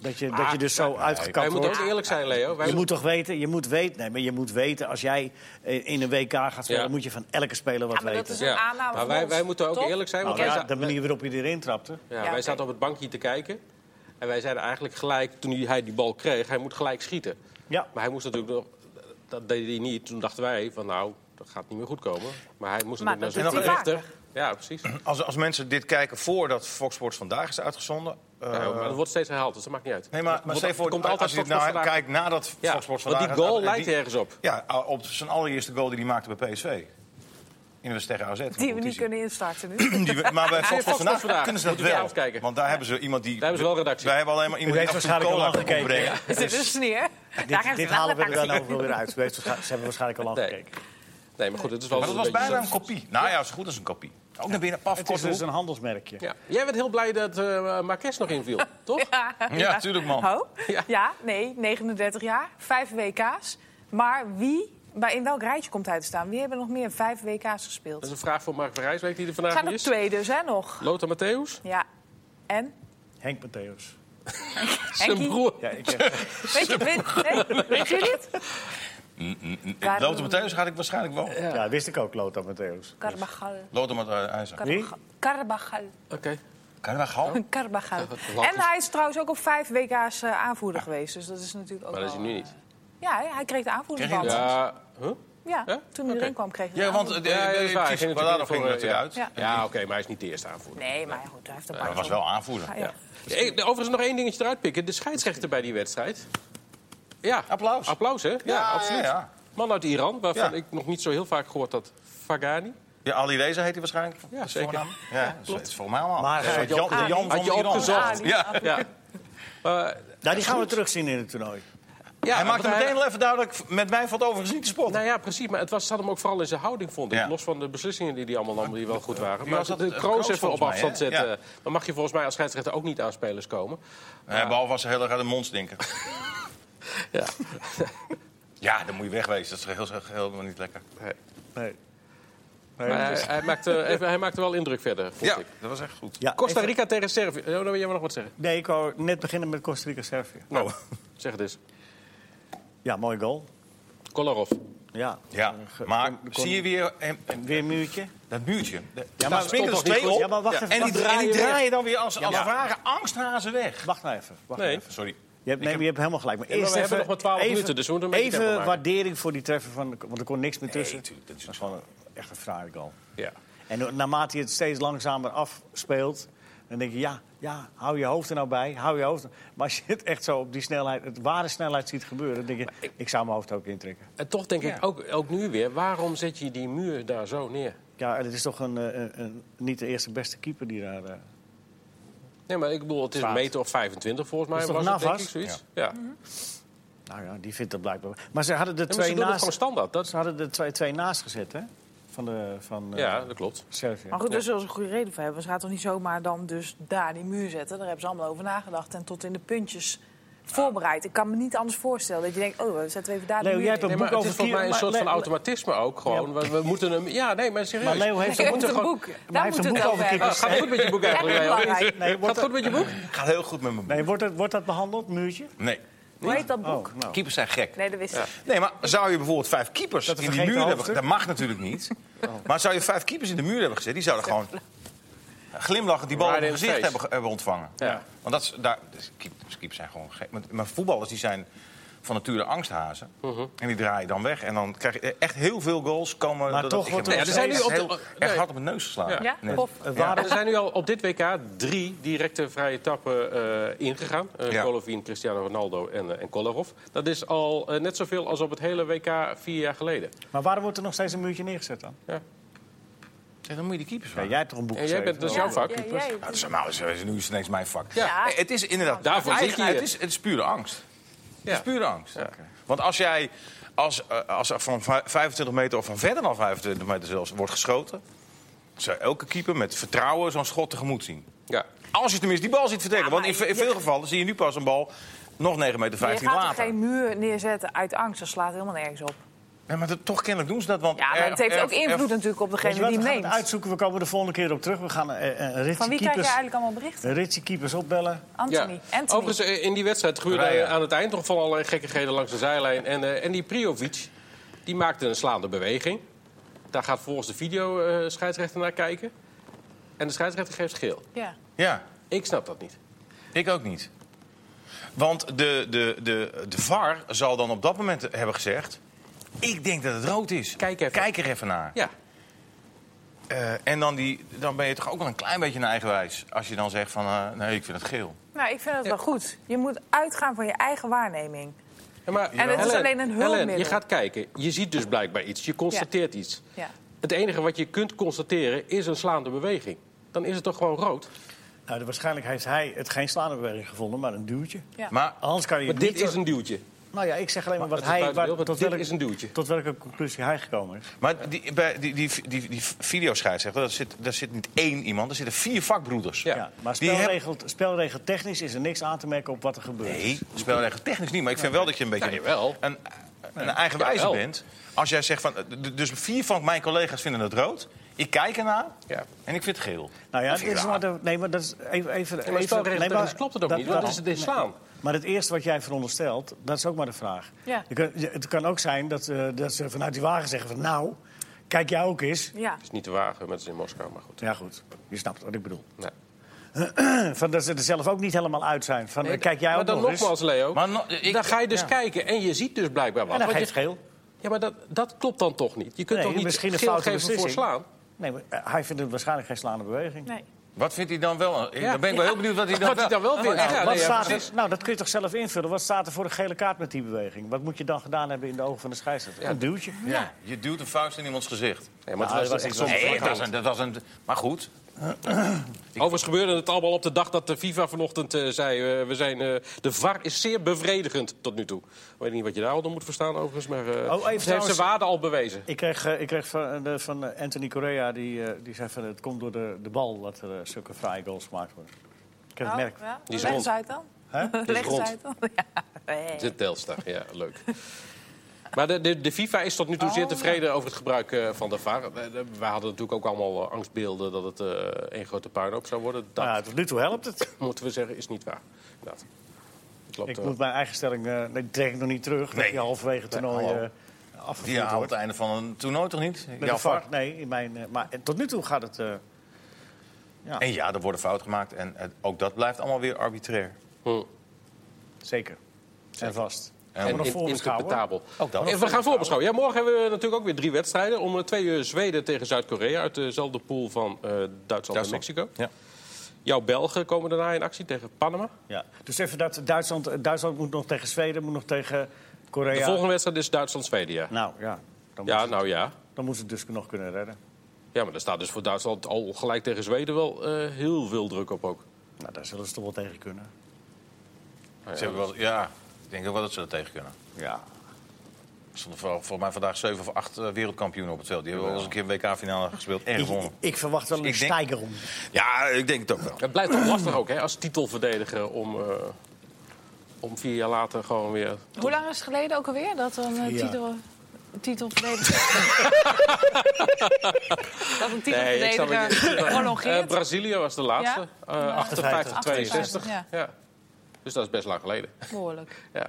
S2: Dat je, dat je dus zo
S1: Ah, Wij
S2: uitgekapt
S1: moeten
S2: wordt.
S1: ook eerlijk zijn, Leo. Wij
S2: Je moet toch weten, je moet weten, nee, maar je moet weten als jij eh, in een WK gaat spelen...
S1: Ja.
S2: moet je van elke speler wat
S3: Ja, maar dat
S2: weten.
S3: is een aanname
S1: maar
S3: van
S1: wij,
S3: ons,
S1: wij moeten ook
S3: toch?
S1: eerlijk zijn.
S2: Nou
S1: Want wij,
S2: ja,
S1: za-
S2: de manier waarop hij erin trapte.
S1: ja,
S3: Ja,
S1: wij
S3: oké.
S1: zaten op het bankje te kijken. En wij zeiden eigenlijk gelijk, toen hij die bal kreeg, hij moet gelijk schieten.
S2: Ja.
S1: Maar hij moest natuurlijk nog... Dat deed hij niet. Toen dachten wij van nou, dat gaat niet meer goed komen. Maar hij moest
S3: Maar
S1: natuurlijk
S4: dat
S1: naar zijn
S4: doet hij
S1: rechter. Ja, precies.
S4: Als, als mensen dit kijken voordat Fox Sports vandaag is uitgezonden. eh,
S1: Ja, maar dat wordt steeds herhaald, dus dat maakt niet uit.
S4: nee, maar, maar
S1: Wordt-
S4: stel je voor,
S1: komt altijd
S4: als je dit
S1: Fox
S4: nou
S1: Sports vandaag.
S4: kijkt nadat
S1: Ja,
S4: Fox Sports
S1: want
S4: vandaag...
S1: die goal
S4: eh,
S1: lijkt
S4: die-
S1: ergens op.
S4: Ja, ah, op zijn allereerste goal die hij maakte bij PSV. In de wedstrijd tegen AZ. van
S3: Die we niet
S4: competitie.
S3: kunnen instarten nu.
S4: Die we- maar bij Fox
S1: Fox
S4: Sports vandaag
S1: vandaag.
S4: kunnen ze dat
S1: Moet je
S4: wel.
S1: avond kijken.
S4: Want daar hebben ze iemand die...
S1: Daar hebben ze wel redactie.
S4: Wij hebben alleen maar iemand
S2: U
S4: die
S2: heeft
S4: af en toe
S2: waarschijnlijk al
S4: cola
S2: lang
S4: kan
S2: gekeken.
S4: opbrengen.
S3: Is het een sneer? Daar
S2: Dit,
S3: hebben
S2: dit
S3: ze wel
S2: halen we er
S3: een
S2: dan over weer uit. Ze heeft waarsch- ze hebben waarschijnlijk al lang
S1: Nee.
S2: gekeken.
S1: Nee, maar goed, het is wel
S4: Maar dat
S1: een
S4: was
S1: beetje
S4: bijna een
S1: zo.
S4: kopie. Nou ja, zo goed als een kopie. Ook naar binnen, paf,
S2: Het is
S4: korte
S2: dus
S4: hoek.
S2: een handelsmerkje.
S1: Ja. Jij bent heel blij dat eh Marques nog inviel, toch?
S4: Ja, tuurlijk man.
S3: Ho?
S1: Ja.
S3: Ja. nee, 39 jaar, vijf WK's. Maar wie, bij, in welk rijtje komt hij te staan? Wie hebben nog meer vijf WK's
S1: Dat
S3: gespeeld?
S1: is een vraag voor Mark Verijswijk die er
S3: Er
S1: vandaag
S3: gaan
S1: niet
S3: nog
S1: is.
S3: twee dus, hè, nog.
S1: Lothar Matthäus,
S3: Ja. En?
S2: Henk Matthäus.
S1: zijn
S3: Henkie?
S1: broer.
S2: Ja, ik heb,
S3: Weet je, weet, nee, weet je dit? Daar-
S4: Lothar Matthäus had Mm, dus ik waarschijnlijk wel.
S2: ja. wist ik ook, Lothar Matthäus.
S3: Carvajal.
S4: Lothar Matthäus.
S2: Wie?
S3: Carvajal.
S1: Oké.
S4: Carvajal?
S3: Carvajal.
S1: wat
S3: En hij is trouwens ook op vijf WK's eh, aanvoerder geweest. Dus dat is natuurlijk ook
S1: Maar dat is
S3: wel,
S1: hij nu
S3: eh,
S1: niet.
S3: Ja, hij kreeg de aanvoerderband.
S4: Kreeg hij
S3: Ja,
S1: Ja, huh? Huh?
S3: toen hij
S1: Oké.
S3: erin kwam kreeg hij
S4: Ja,
S3: de
S4: want eh,
S3: aanvoerder-
S4: de,
S1: Ja, ja, dat is waar. Hij ging
S4: Guardado
S1: natuurlijk
S4: ging
S1: in voor,
S4: natuurlijk uit.
S3: ja.
S4: Ja.
S1: Ja, oké, maar hij is niet de eerste aanvoerder.
S3: Nee, maar goed, hij heeft een paar
S4: Hij was wel aanvoerder.
S3: Ja, ja.
S1: Eh, Overigens nog één dingetje eruit pikken. De scheidsrechter bij die wedstrijd. Ja.
S4: Applaus.
S1: Applaus, hè? Ja,
S4: ja,
S1: absoluut.
S4: ja.
S1: Man uit Iran, waarvan
S4: Ja.
S1: ik nog niet zo heel vaak gehoord had. Fagani.
S4: Ja, Ali Reza heet hij waarschijnlijk.
S1: Ja,
S4: Is
S1: zeker.
S4: voornaam? Ja, dat is voor mij allemaal.
S2: Maar,
S4: Een soort
S2: eh,
S4: Jan, de Jan
S1: Had je
S4: van Iran.
S3: Ah,
S1: opgezocht?
S4: Ja.
S1: Ja. Eh,
S2: Nou, die gaan we terugzien in het toernooi.
S1: ja,
S4: Hij
S1: want
S4: maakte meteen al even duidelijk, met mij valt overigens niet te spotten.
S1: Nou ja, precies. Maar het was, zat hem ook vooral in zijn houding, vond ik.
S4: Ja.
S1: Los van de beslissingen die hij allemaal nam, die wel goed waren.
S4: Wie
S1: Maar
S4: was dat?
S1: de
S4: Eh,
S1: kroos
S4: Kroos
S1: even op
S4: volgens mij,
S1: afstand
S4: hè?
S1: zetten.
S4: Ja.
S1: Dan mag je volgens mij als scheidsrechter ook niet aan spelers komen.
S4: Eh, behalve als ze heel erg uit de mond stinken.
S1: Ja.
S4: Ja, dan moet je wegwezen. Dat is heel, heel, helemaal niet lekker.
S2: Nee.
S1: Maar hij, hij, maakte, even- hij maakte wel indruk verder, vond
S4: Ja,
S1: ik.
S4: dat was echt goed.
S2: Ja,
S1: Costa
S2: even-
S1: Rica tegen Servië. Oh, dan wil jij maar nog wat zeggen.
S2: Nee, ik wou net beginnen met Costa Rica-Servië.
S1: Oh.
S4: Nou,
S1: Zeg het eens.
S2: Ja, mooi goal.
S1: Kolarov.
S2: Ja. Eh,
S4: ja.
S2: Ge-
S4: Maar
S2: kon- kon-
S4: zie je weer eh, eh,
S2: Weer een muurtje.
S4: dat muurtje? Ja,
S2: maar
S4: maar springt
S1: stond
S4: er
S1: toch
S4: twee
S1: niet
S4: op.
S2: Ja, maar wacht even.
S4: En die,
S2: wacht,
S4: dra- en die
S1: draaien weer.
S4: draaien dan weer als, als
S2: maar-
S4: ware angsthazen weg.
S2: wacht nou even. Wacht
S1: Nee.
S2: even.
S4: Sorry.
S2: Je hebt, nee, maar je hebt helemaal gelijk. Maar
S1: maar
S2: eerst
S1: we hebben
S2: even,
S1: nog maar 12
S2: even,
S1: minuten, dus we moeten een beetje tempo
S2: Even
S1: maken.
S2: waardering voor die treffer van... Want er kon niks meer tussen.
S4: Nee, tuurlijk, dat is
S2: dat is gewoon een- echt een fraaie goal.
S1: Ja.
S2: En naarmate je het steeds langzamer afspeelt... dan denk je, ja, ja, hou je hoofd er nou bij. Hou je hoofd er- Maar als je het echt zo op die snelheid... het ware snelheid ziet gebeuren... dan denk je, ik, zou mijn hoofd ook intrekken.
S1: En toch denk
S4: Ja.
S1: ik ook, ook nu weer, waarom zet je die muur daar zo neer?
S2: Ja, en het is toch een, eh, een, een- niet de eerste beste keeper die daar... eh,
S1: Nee, maar ik bedoel, het is een
S2: Vaat.
S1: meter of 25 volgens mij.
S2: Dat is toch
S1: was het, denk ik,
S2: Navas?
S1: zoiets. Ja. Ja.
S2: nou ja, die vindt dat blijkbaar... Maar ze hadden de
S1: maar
S2: twee
S1: ze doen het gewoon
S2: naast...
S1: standaard. Dat,
S2: Ze hadden de twee, twee naast gezet, hè? Van, de, van eh,
S1: ja, dat klopt.
S2: Servië.
S3: Maar goed, daar zullen ze een goede reden voor hebben. Ze gaan toch niet zomaar dan dus daar die muur zetten. Daar hebben ze allemaal over nagedacht en tot in de puntjes voorbereid. Ik kan me niet anders voorstellen dat je denkt, oh, we zetten we even daar
S2: Leo,
S3: de muur
S2: jij hebt
S3: neer.
S2: een
S1: Nee,
S2: boek
S1: maar het
S2: over
S1: is volgens mij een
S2: Kier-
S1: soort
S2: maar
S1: van
S2: Le-
S1: automatisme ook gewoon. We, we moeten hem... Ja, nee, maar serieus.
S2: Maar Leo heeft
S3: Je
S2: een
S3: hebt
S2: boek...
S3: een
S1: gewoon-
S3: boek.
S2: hij
S3: Daar
S2: heeft
S3: moeten
S2: een
S3: we
S2: boek
S3: het
S2: over
S3: over hebben.
S1: Ah, gaat het goed met je boek eigenlijk,
S3: Ja,
S1: Leo?
S3: belangrijk.
S2: Nee,
S1: Gaat
S2: wordt
S1: het goed met je boek?
S4: Gaat heel goed met mijn boek.
S2: Nee, wordt dat, wordt dat behandeld, muurtje?
S4: Nee.
S3: Hoe heet dat boek?
S2: Oh, nou.
S4: Keepers zijn gek.
S3: Nee, dat wist ik.
S4: Nee, maar zou je bijvoorbeeld vijf keepers
S2: Dat
S4: in die
S2: vergeten
S4: muur hebben
S2: hoofdstuk.
S4: gezet? Dat mag natuurlijk niet.
S1: Oh.
S4: Maar zou je vijf keepers in de muur hebben gezet? Die zouden gewoon glimlachend die bal op
S1: Right
S4: hun
S1: in the
S4: gezicht
S1: face.
S4: hebben, ge- hebben ontvangen.
S1: Ja.
S4: Want dat is, daar, dus keepers, keepers zijn gewoon gek. Maar, maar voetballers die zijn van nature angsthazen.
S1: Mhm.
S4: En die draaien dan weg. En dan krijg je echt heel veel goals komen.
S2: Maar
S4: dat-
S2: toch
S4: ik
S2: wordt
S4: heb
S2: er
S4: echt
S1: nog
S4: heel-
S1: steeds-
S4: echt
S1: nee.
S4: hard op mijn neus
S1: Ja.
S4: geslagen.
S3: Ja?
S4: Nee.
S3: Of
S2: Het waren
S1: Er zijn nu al op dit WK drie directe vrije tappen eh, ingegaan. Eh
S4: Ja.
S1: Golovin, Cristiano Ronaldo en, eh, en Kolarov. Dat is al eh, net zoveel als op het hele WK vier jaar geleden.
S2: Maar waarom wordt er nog steeds een muurtje neergezet dan?
S4: Ja, dan moet je die keepers
S2: Ja,
S4: van.
S2: jij hebt toch een boek
S1: En jij bent, dus- dat is jouw vak.
S3: Ja, jij-
S4: Nou, dat is, nou, dat is nu is het ineens mijn vak.
S1: Ja.
S4: Eh, Het is inderdaad.
S1: Daarvoor zit je
S4: eigenlijk-
S1: hier.
S4: het, is, het is pure angst. Het
S1: Ja.
S4: is pure angst. Want als jij als, eh, als er van vij- 25 meter of van verder dan 25 meter zelfs wordt geschoten, zou elke keeper met vertrouwen zo'n schot tegemoet zien.
S1: Ja.
S4: Als je tenminste die bal ziet vertrekken.
S3: Ja, maar
S4: Want in, ve- in
S3: je-
S4: veel gevallen zie je nu pas een bal nog 9,15 meter
S3: Je gaat er
S4: later.
S3: geen muur neerzetten uit angst. Dat slaat helemaal nergens op.
S4: Ja, maar dat, toch kennelijk doen ze dat. Want
S3: Ja, maar
S4: er-
S3: het heeft
S4: er-
S3: ook invloed
S4: er-
S3: natuurlijk op
S2: Weet je
S3: degene
S2: wat,
S3: die
S2: we
S3: hem
S2: gaan het
S3: neemt.
S2: uitzoeken. We komen de volgende keer op terug. We gaan eh, eh, een ritje
S3: Van wie krijg je
S2: keepers...
S3: eigenlijk allemaal berichten?
S2: Een ritje keepers opbellen.
S1: Ja.
S3: Anthony. Anthony.
S1: Overigens, eh, in die wedstrijd gebeurde
S4: Raya.
S1: aan het eind nog van allerlei gekkigheden langs de zijlijn. En, eh, en die Priovic, die maakte een slaande beweging. Daar gaat volgens de video eh, scheidsrechter naar kijken. En de scheidsrechter geeft geel.
S3: Ja.
S4: Ja.
S1: Ik snap dat niet.
S4: Ik ook niet. Want de, de, de, de VAR zal dan op dat moment hebben gezegd... ik denk dat het rood is.
S1: Kijk even.
S4: er even naar.
S1: Ja.
S4: Eh, en dan, die, dan ben je toch ook wel een klein beetje eigenwijs. Als je dan zegt van, eh, nee, ik vind het geel.
S3: Nou, ik vind het wel goed. Je moet uitgaan van je eigen waarneming.
S1: Ja, maar,
S3: En het is alleen een hulpmiddel.
S1: Helen, je gaat kijken. Je ziet dus blijkbaar iets. Je constateert iets.
S3: Ja.
S1: Het enige wat je kunt constateren is een slaande beweging. Dan is het toch gewoon rood?
S2: Nou, de- waarschijnlijk heeft hij het geen slaande beweging gevonden, maar een duwtje.
S3: Ja.
S4: Maar
S2: Anders kan je
S1: Maar
S2: het
S1: dit
S2: niet...
S1: is een duwtje.
S2: Nou ja, ik zeg alleen maar
S1: Maar
S2: wat
S1: het is
S2: hij...
S1: buiten beeld, want
S2: waar- tot,
S1: dit
S2: welke,
S1: is een duwtje.
S2: tot welke conclusie hij gekomen is.
S4: Maar die, bij die, die, die, die videoscheidsrechter, daar zit, daar zit niet één iemand, daar zitten vier vakbroeders.
S1: Ja.
S2: Ja. maar
S4: Die heb-
S2: spelregel, spelregel technisch is er niks aan te merken op wat er gebeurt.
S4: Nee, spelregel technisch niet, maar ik vind wel dat je een beetje
S1: Ja, jawel.
S4: een, een eigenwijze
S1: Jawel.
S4: bent. Als jij zegt van, eh, d- dus vier van mijn collega's vinden het rood, ik kijk ernaar
S1: Ja.
S4: en ik vind het geel.
S2: Nou ja,
S4: Dat
S2: dat
S4: vind ik
S2: is
S4: raar.
S2: maar de- nee, maar dat is even... even,
S1: maar
S2: even-
S1: spelregel
S2: nee,
S1: technisch klopt het ook niet, want het is- het is slaan.
S2: Maar het eerste wat jij veronderstelt, dat is ook maar de vraag.
S3: Ja.
S2: Je kan- je- het kan ook zijn dat, eh, dat ze vanuit die wagen zeggen van... nou, kijk jij ook eens.
S3: Ja.
S1: Het is niet te wagen, maar het is in Moskou. Maar goed.
S2: Ja goed, je snapt wat ik bedoel.
S1: Nou.
S2: Van dat ze er zelf ook niet helemaal uit zijn. Van, eh, kijk jij
S1: maar
S2: ook
S1: dan
S2: nog eens.
S1: nogmaals, Leo.
S4: Maar no- ik-
S1: dan ga je dus
S4: ja.
S1: kijken en je ziet dus blijkbaar wat.
S2: En dan
S1: Want
S2: geeft
S1: je-
S2: geel.
S1: Ja, maar dat, dat klopt dan toch niet? Je kunt
S2: Nee,
S1: toch niet
S2: misschien een
S1: geel
S2: foute
S1: geven voor
S2: beslissing.
S1: slaan?
S2: Nee, maar eh, hij vindt het waarschijnlijk geen slaande beweging.
S3: Nee.
S4: Wat vindt hij dan wel?
S1: Ja.
S4: Dan ben ik wel heel benieuwd wat hij dan,
S1: Wat hij dan wel vindt. Ja,
S2: Wat
S1: nee, ja,
S2: staat
S1: precies.
S2: er, nou, dat kun je toch zelf invullen. Wat staat er voor een gele kaart met die beweging? Wat moet je dan gedaan hebben in de ogen van de scheidsrechter? Een duwtje.
S4: Ja, je duwt een vuist in iemands gezicht.
S1: Nee, maar het
S2: Nou,
S1: was
S2: dat was
S1: echt
S2: ik
S1: zo'n
S4: Nee,
S1: vlak
S4: dat was
S1: hand.
S4: een, dat was een, maar goed.
S1: Overigens gebeurde het allemaal op de dag dat de FIFA vanochtend eh, zei... eh, we zijn, eh, de VAR is zeer bevredigend tot nu toe. Ik weet niet wat je daar al dan moet verstaan overigens, maar eh,
S2: Oh, even
S1: ze heeft
S2: trouwens-
S1: zijn waarde al bewezen.
S2: Ik kreeg, eh, ik kreeg van, eh, de- van eh, Anthony Correa, die, eh, die zei van het komt door de, de bal dat er eh, zulke fraaie goals gemaakt worden. Ik heb het
S3: Nou,
S2: merk.
S3: ja.
S1: Die is
S3: Leg
S1: rond.
S3: eens uit dan.
S2: Hè?
S3: Leg
S1: is
S3: eens
S1: rond.
S3: uit dan. Ja. Nee.
S1: Dit Telstar, ja, leuk. Maar de, de, de FIFA is tot nu toe zeer tevreden over het gebruik eh, van de VAR. Eh, eh, We hadden natuurlijk ook allemaal eh, angstbeelden dat het eh één grote puinhoop zou worden. Dat,
S2: Nou ja, tot nu toe helpt het.
S1: moeten we zeggen, is niet waar. Inderdaad. Het loopt,
S2: Ik
S1: eh,
S2: moet mijn eigen stelling, eh, nee, die trek ik nog niet terug.
S4: Nee.
S2: Dat je halverwege het toernooi
S4: hallo.
S1: oh.
S2: eh,
S4: Die
S2: afgevoerd
S4: haalt
S2: wordt.
S4: het einde van een toernooi toch niet?
S2: Met
S4: Jouw
S2: een
S4: vak.
S2: VAR? Nee, in mijn, eh, maar tot nu toe gaat het... eh,
S4: En ja, er worden fouten gemaakt. En eh, ook dat blijft allemaal weer arbitrair.
S1: hm.
S2: Zeker. En vast.
S4: En
S2: Gaan we
S1: En
S2: nog
S1: in- Oh,
S2: voorbeschouwen?
S1: interpretabel.
S4: Ook dat.
S1: En we gaan voorbeschouwen. Ja, morgen hebben we natuurlijk ook weer drie wedstrijden. Om eh, twee uur Zweden tegen Zuid-Korea uit dezelfde pool van eh, Duitsland en Mexico.
S4: Ja.
S1: Jouw Belgen komen daarna in actie tegen Panama.
S2: Ja. Dus even dat Duitsland, Duitsland moet nog tegen Zweden, moet nog tegen Korea.
S1: De volgende wedstrijd is Duitsland-Zweden, ja.
S2: Nou ja, dan,
S1: Ja,
S2: Moet,
S1: nou ja.
S2: dan moet ze het dus nog kunnen redden.
S1: Ja, maar er staat dus voor Duitsland al gelijk tegen Zweden wel eh, heel veel druk op ook.
S2: Nou, daar zullen ze toch wel tegen kunnen.
S4: Ze hebben wel, ja, ik denk ook wel dat ze er tegen kunnen.
S2: Ja.
S4: Er stonden voor- volgens mij vandaag zeven of acht eh, wereldkampioenen op het veld. Die hebben wel eens een keer een WK-finale gespeeld en
S2: Ik,
S4: gewonnen.
S2: ik verwacht wel een
S4: Ik denk-
S2: stijgerom.
S4: Ja, ik denk het ook wel.
S1: Het blijft toch lastig ook, hè, als titelverdediger om... eh, om vier jaar later gewoon weer...
S3: Hoe lang is het geleden ook alweer dat een eh,
S2: Ja.
S3: titel, titelverdediger... dat een titelverdediger
S1: Eh,
S3: prolongeert?
S1: Brazilië was de laatste. Eh 58, 62.
S3: 58, ja.
S1: Ja. Dus dat is best lang geleden.
S3: Behoorlijk.
S1: Ja.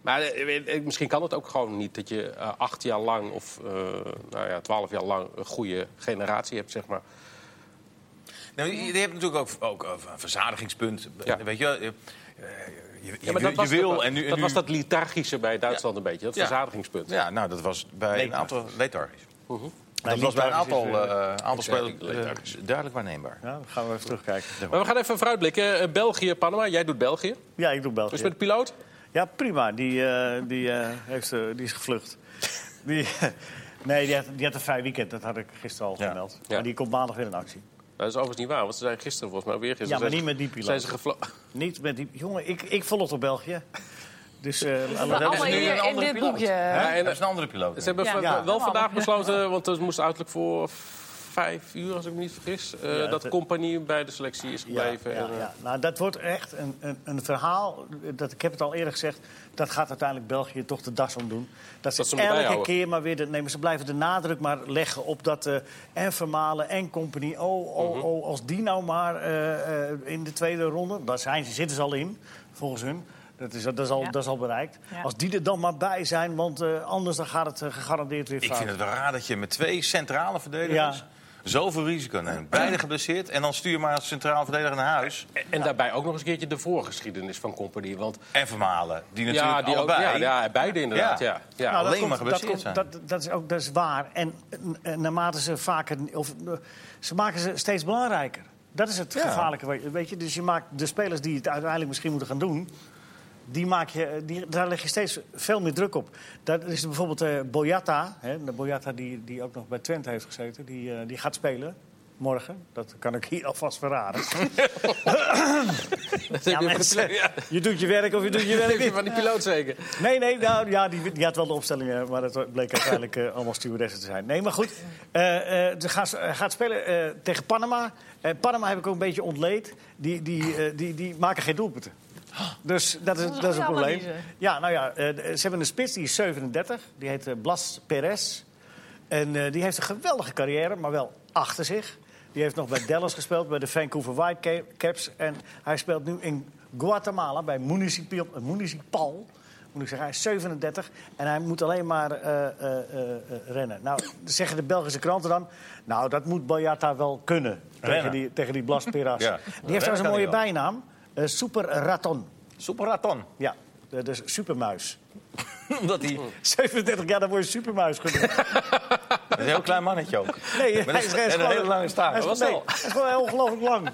S1: Maar eh, weet- eh, misschien kan het ook gewoon niet dat je eh, acht jaar lang of eh, nou ja, twaalf jaar lang een goede generatie hebt, zeg maar.
S4: Nou, je, je hebt natuurlijk ook, ook eh, een verzadigingspunt.
S1: Ja.
S4: Weet je, wel, je, eh, je, je,
S1: maar
S4: je
S1: was
S4: wil
S1: dat,
S4: en nu... en
S1: dat
S4: nu-
S1: was dat lethargische bij Duitsland een beetje, dat
S4: Ja.
S1: verzadigingspunt.
S4: Ja, nou, dat was bij een aantal lethargisch. Dat was bij een
S2: lethargisch
S4: aantal,
S2: is,
S1: dus,
S2: eh,
S4: eh, aantal spelers
S1: exactly,
S4: eh,
S1: lethargisch.
S4: duidelijk waarneembaar.
S2: Ja, dan gaan we even terugkijken.
S1: Maar we gaan even vooruitblikken. Eh, België, Panama, jij doet België.
S2: Ja, ik doe België.
S1: Dus met de piloot?
S2: Ja, prima. Die, eh, die, eh, heeft, eh, die is gevlucht. die, nee, die had, die had een vrij weekend. Dat had ik gisteren al
S4: Ja.
S2: gemeld.
S1: Ja.
S2: Maar die komt maandag weer in actie.
S1: Dat is overigens niet waar, want ze zijn gisteren volgens mij weer gisteren.
S2: Ja, maar
S1: zijn
S2: niet
S1: ze-
S2: met die
S1: Zijn
S2: piloot.
S1: ze gevlogen?
S2: Niet met die... Jongen, ik, ik volg op België. Dus eh,
S3: We
S2: laten we
S3: Nou, allemaal
S4: nu een
S3: hier in
S4: andere
S3: dit
S4: piloot.
S3: boekje.
S1: Ja, en,
S4: Dat is een andere piloot.
S1: Ze hebben
S3: Ja.
S1: v-
S2: Ja.
S1: wel
S3: Allemaal.
S1: vandaag besloten, want het moest uiterlijk voor vijf uur, als ik me niet vergis, eh,
S2: Ja,
S1: dat
S2: het-
S1: compagnie bij de selectie is
S2: Ja,
S1: gebleven.
S2: ja,
S1: En, eh,
S2: ja. Nou, dat wordt echt een, een, een verhaal. Dat, ik heb het al eerder gezegd. Dat gaat uiteindelijk België toch de das om doen. Dat ze,
S1: Dat ze hem erbij
S2: elke
S1: houden.
S2: keer maar weer. De, nee, maar ze blijven de nadruk maar leggen op dat. eh, en Vermalen en Compagnie. Oh, oh,
S1: Mhm.
S2: oh. Als die nou maar eh, eh, in de tweede ronde. Daar zijn, ze- zitten ze al in, volgens hun. Dat is, dat is, al,
S3: Ja.
S2: dat is al bereikt.
S3: Ja.
S2: Als die er dan maar bij zijn, want eh, anders dan gaat het eh, gegarandeerd weer
S4: Ik
S2: fout.
S4: vind het wel raar dat je met twee centrale verdedigers...
S2: Ja.
S4: Zoveel risico neemt. Beide geblesseerd. En dan stuur je maar als centraal verdediger naar huis.
S1: En, en daarbij ook nog eens een keertje de voorgeschiedenis van Compagnie. Want
S4: En Vermalen. Die natuurlijk
S1: ja, die ook,
S4: allebei...
S1: ja, ja, beide inderdaad.
S4: Ja.
S1: Ja. Ja.
S4: Nou,
S2: dat
S4: alleen
S2: dat,
S4: maar geblesseerd zijn.
S2: dat, dat is ook dat is waar. En, eh, naarmate ze vaker. Of, eh, ze maken ze steeds belangrijker. Dat is het
S4: Ja.
S2: gevaarlijke. weet je- Weet je, dus je maakt de spelers die het uiteindelijk misschien moeten gaan doen. Die maak je, eh, die, daar leg je steeds veel meer druk op. Dat is bijvoorbeeld eh Boyata. Hè, de Boyata die, die ook nog bij Twente heeft gezeten. Die, eh, die gaat spelen. Morgen. Dat kan ik hier alvast verraden.
S1: Dat heb
S2: Ja,
S1: je
S2: mensen,
S1: verteld. Ja.
S2: Je doet je werk of je doet je
S1: Dat
S2: werk
S1: heb
S2: niet.
S1: je van die piloot zeker.
S2: Nee, nee, nou ja, die, die had wel de opstellingen, maar dat bleek uiteindelijk eh, allemaal stewardessen te zijn. Nee, maar goed, eh, eh, ze gaan- hij gaat spelen eh, tegen Panama. Eh, Panama heb ik ook een beetje ontleed. Die, die, eh, die, die maken geen doelpunten. Dus dat is, dat is een
S3: goede
S2: probleem.
S3: analyse.
S2: Ja, nou ja, eh, ze hebben een spits, die is 37. Die heet eh, Blas Perez. En eh, die heeft een geweldige carrière, maar wel achter zich. Die heeft nog bij Dallas gespeeld, bij de Vancouver Whitecaps. En hij speelt nu in Guatemala bij Municipal. eh, municipal moet ik zeggen. Hij is 37 en hij moet alleen maar eh, eh, eh, eh, rennen. Nou, zeggen de Belgische kranten dan... Nou, dat moet Boyata wel kunnen tegen
S4: Rennen.
S2: die, tegen die Blas Perez.
S4: Ja.
S2: Die heeft trouwens
S4: Rennen
S2: een
S4: kan hij
S2: mooie
S4: wel.
S2: bijnaam. eh, Super Raton.
S4: Superraton.
S2: Ja, eh, dus supermuis.
S4: Omdat hij...
S2: 37 jaar, dan word je supermuis genoemd.
S4: Dat is een heel klein mannetje ook.
S2: Nee, hij
S4: Met
S2: is,
S4: een-
S2: hij is
S4: en een
S2: gewoon-
S4: hele lange staart.
S2: Hij is,
S1: Wat
S2: nee,
S1: wel?
S2: hij is gewoon heel ongelooflijk lang.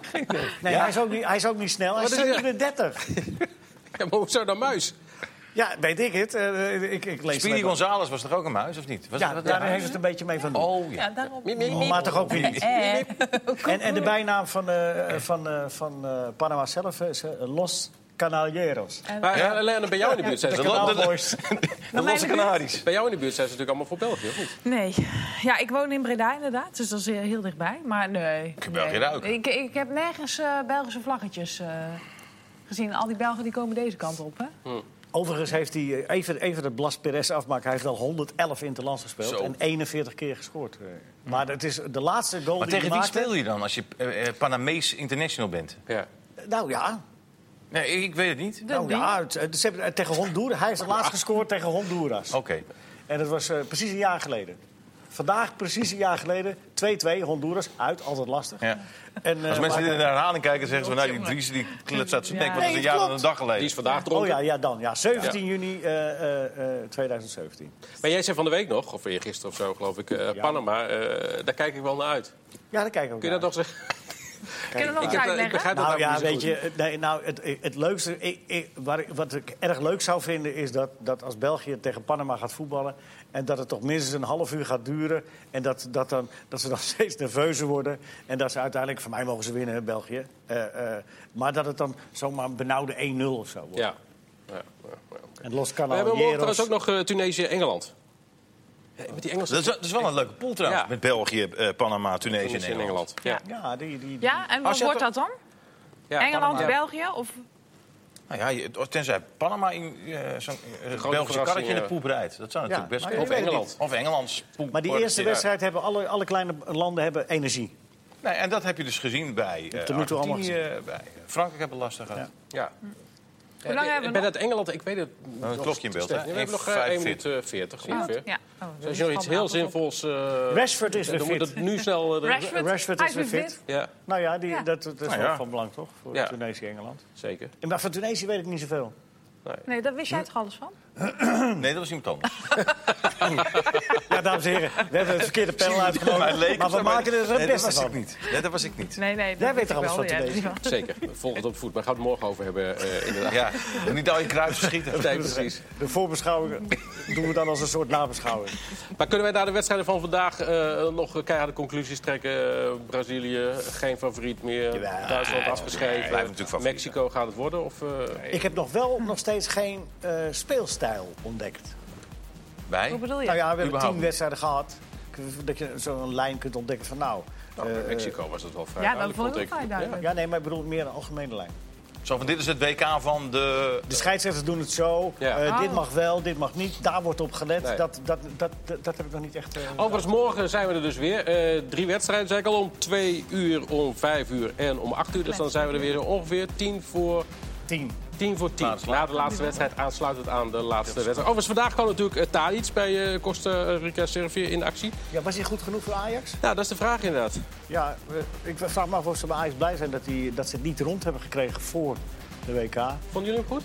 S2: Nee, hij, is ook niet, hij is ook niet snel.
S4: Oh,
S2: Hij is
S1: Wat is hij?
S2: 37.
S1: Ja, maar hoezo dan muis?
S2: Ja, weet ik het. Eh, ik, ik lees
S4: Speedy
S2: het ook.
S4: Gonzales was toch ook een muis, of niet? Was
S2: Ja,
S4: dat-
S2: daar heeft het een beetje mee van doen.
S4: Oh ja.
S3: Ja, daarom.
S1: Miep, miep, miep.
S2: Maar toch ook weer niet.
S3: Eh,
S2: En, en de bijnaam van, eh, van, eh, van eh, Panama zelf is eh, Los Canalieros.
S1: Maar eh, Helene, bij jou in de buurt zijn ze
S4: Dat loopt-
S2: Kanaalboys.
S4: De losse
S3: buurt?
S4: Canaries.
S1: Bij jou in de buurt zijn ze natuurlijk allemaal voor België, of niet?
S3: Nee. Ja, ik woon in Breda inderdaad, dus dat is eh, heel dichtbij. Maar nee.
S4: heb België
S3: nee.
S4: ook.
S3: Ik, ik heb nergens eh, Belgische vlaggetjes eh, gezien. Al die Belgen die komen deze kant op, hè?
S2: Overigens heeft hij eh, even, even de Blas Perez afmaken. Hij heeft wel 111 interlands gespeeld
S4: Zo.
S2: en 41 keer gescoord. Eh, Maar dat is de laatste goal
S4: Maar
S2: die
S4: tegen
S2: hij
S4: wie
S2: maakte.
S4: speel je dan als je eh, eh, Panamees international bent?
S1: Ja.
S2: Nou ja,
S4: Nee, ik weet het niet. Oké.
S2: nou, ja het- het- ze hebben, eh, tegen Honduras. Hij heeft het laatst gescoord tegen Honduras. En dat was eh, precies een jaar geleden. Vandaag, precies een jaar geleden, 2-2, Honduras, uit, altijd lastig.
S4: Ja.
S2: En, eh,
S4: Als mensen dit
S2: maar-
S4: in de herhaling kijken, zeggen ze van... nou, die Dries die klets uit zijn nek, want dat is een jaar en een dag
S1: Die
S4: geleden.
S1: is vandaag
S2: Oh
S1: dronken.
S2: ja, ja, dan. Ja, 17 juni eh, eh, eh, 2017.
S1: Maar jij zei van de week nog, of eergisteren of zo geloof ik, eh, Panama. eh, daar kijk ik wel naar uit.
S2: Ja, daar kijken we
S1: Kun je dat nog zeggen?
S3: Kun je dat nog
S1: ik,
S3: eens
S1: heb- eh, ik
S3: uitleggen?
S1: begrijp dat
S2: Nou ja,
S1: namelijk
S2: weet
S1: niet zo
S2: je, eh, nee, nou, het, het leukste, ik, ik, waar ik- wat ik erg leuk zou vinden is dat, dat als België tegen Panama gaat voetballen... en dat het toch minstens een half uur gaat duren... en dat, dat, dan, dat ze dan steeds nerveuzer worden... en dat ze uiteindelijk, van mij mogen ze winnen, hè, België... Eh, eh, maar dat het dan zomaar een benauwde 1-0 of zo wordt.
S1: goed. Ja. Ja, ja, ja.
S2: En Los
S1: We hebben morgen
S2: Canalieros...
S1: trouwens ook nog eh, Tunesië-Engeland. Eh, Met die Engelsen.
S4: Dus Dat is, dat is wel een leuke pool trouwens.
S1: Ja.
S4: Met België, eh, Panama, Tunesië en
S1: Tunesië en
S4: Engeland.
S1: Engeland. Ja.
S2: Ja, die, die, die-
S3: Ja, en wat
S4: Als je
S3: wordt
S4: het-
S3: dat dan?
S1: Ja,
S3: Engeland,
S1: Panama.
S3: België? Of...
S4: Nou ja, je- tenzij Panama in eh, zo'n eh, Belgische
S1: verrassing, eh.
S4: karretje in de
S1: ja.
S4: poep rijdt. Dat zou natuurlijk
S2: Ja,
S4: best
S2: maar
S1: Of
S4: kunnen.
S1: Engeland.
S4: Of Engelands poep.
S2: Maar die
S4: wordt
S2: eerste
S4: het, ja.
S2: wedstrijd hebben alle, alle kleine landen hebben energie.
S4: Nee, en dat heb je dus gezien bij eh
S2: Tot nu toe allemaal
S4: Argentinië, bij Frankrijk hebben lastig gehad.
S1: Ja. Eh,
S3: Hoe lang hebben we
S1: Bij
S3: nog?
S1: dat Engeland, ik weet het
S4: Dan een
S1: nog
S4: klokje in beeld,
S1: steeds
S4: hè?
S1: niet. We hebben nog eh, 1 minuut 40 ongeveer.
S3: Ja. Oh,
S1: Dus als je nog iets heel zinvols... eh,
S2: Rashford is
S1: dan
S2: weer
S1: moet
S2: fit.
S1: het nu snel... eh, de-
S3: Rashford,
S2: Rashford
S3: hij
S2: is weer fit.
S1: Ja,
S2: Nou ja, die,
S3: Ja.
S2: Dat, dat is
S4: Nou
S2: wel
S4: ja.
S2: van belang, toch? Voor
S1: Ja.
S2: Tunesië-Engeland.
S1: zeker.
S2: En Maar van Tunesië weet ik niet zoveel.
S3: Nee, daar
S2: Hm?
S3: wist jij toch alles van?
S4: Nee, dat was iemand anders.
S2: Ja, dames en heren, we hebben het verkeerde panel
S4: Maar het
S2: uitgenodigd.
S4: leek
S2: Maar we
S4: zo, maar-
S2: maken er het
S4: Nee, dat
S2: beste
S4: was ik
S2: van.
S4: niet. Nee, dat was ik niet.
S3: Nee, nee.
S2: Jij
S3: dat
S2: weet er
S3: wist ik
S2: alles van
S3: wel. Ja,
S2: te
S3: dat is
S2: lezen.
S3: wel-
S1: Zeker. Volg het op voet. Maar ga het morgen over hebben, eh, inderdaad.
S4: Ja, niet al je kruis schieten.
S1: Nee, precies.
S2: De voorbeschouwingen doen we dan als een soort nabeschouwing.
S1: Maar kunnen wij naar de wedstrijden van vandaag eh, nog keiharde conclusies trekken? Eh, Brazilië, geen favoriet meer.
S2: Jawel.
S1: Duitsland
S4: Nee,
S1: afgeschreven.
S4: blijft natuurlijk favoriet.
S1: Mexico gaat het worden? Of, eh,
S2: Ik heb nog wel nog steeds geen eh, speelstijl ontdekt.
S3: Hoe
S4: Bij?
S3: bedoel je?
S2: Nou ja, we hebben
S4: Überhaupt.
S2: tien wedstrijden gehad. Dat je zo'n lijn kunt ontdekken van nou...
S1: nou, bij
S2: eh,
S1: Mexico was dat wel vrij
S3: Ja, dat
S1: duidelijk.
S3: vond ik
S1: vond
S3: ook vrij duidelijk.
S2: ja, nee, maar ik bedoel meer een algemene lijn.
S4: Zo van, dit is het WK van de...
S2: De scheidsrechters doen het zo.
S1: Ja.
S2: Eh,
S3: Oh.
S2: Dit mag wel, dit mag niet. Daar wordt op gelet.
S1: Nee.
S2: Dat, dat, dat, dat, dat heb ik nog niet echt. eh,
S1: Overigens, morgen zijn we er dus weer. Eh, drie wedstrijden, zei ik al, om twee uur, om vijf uur en om acht uur. Dus dan zijn we er weer ongeveer tien voor
S2: tien.
S1: Tien voor tien.
S4: Laatste
S1: Na de laatste wedstrijd aansluitend aan de laatste wedstrijd. Overigens, vandaag kwam natuurlijk eh, Tadic bij eh Costa Rica Servië in actie.
S2: Ja, was hij goed genoeg voor Ajax?
S1: Nou, dat is de vraag inderdaad.
S2: Ja, eh, ik vraag me af of ze bij Ajax blij zijn dat, die, dat ze het niet rond hebben gekregen voor de WK.
S1: Vonden jullie hem goed?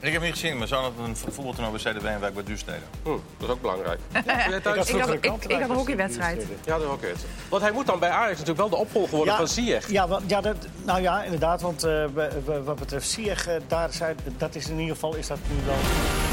S4: Ik heb hem niet gezien, maar zou dat een voetbaltoernooi bij CDW en Wijk bij Duurstede?
S1: Hm, dat is ook belangrijk. Ja, thuis?
S2: had
S5: Dus Ik had,
S2: vroeger
S5: ik, ik
S2: kantenwijzer
S5: had een hockeywedstrijd.
S2: gestuurd.
S1: Ja, dat is ook het. Want hij moet dan bij Ajax natuurlijk wel de opvolger worden van Ziyech.
S2: Ja, wa- ja dat, nou eh, ja, inderdaad. Want eh, wa- wa- wat betreft Sieg, daar zijn, dat is in ieder geval is dat nu wel.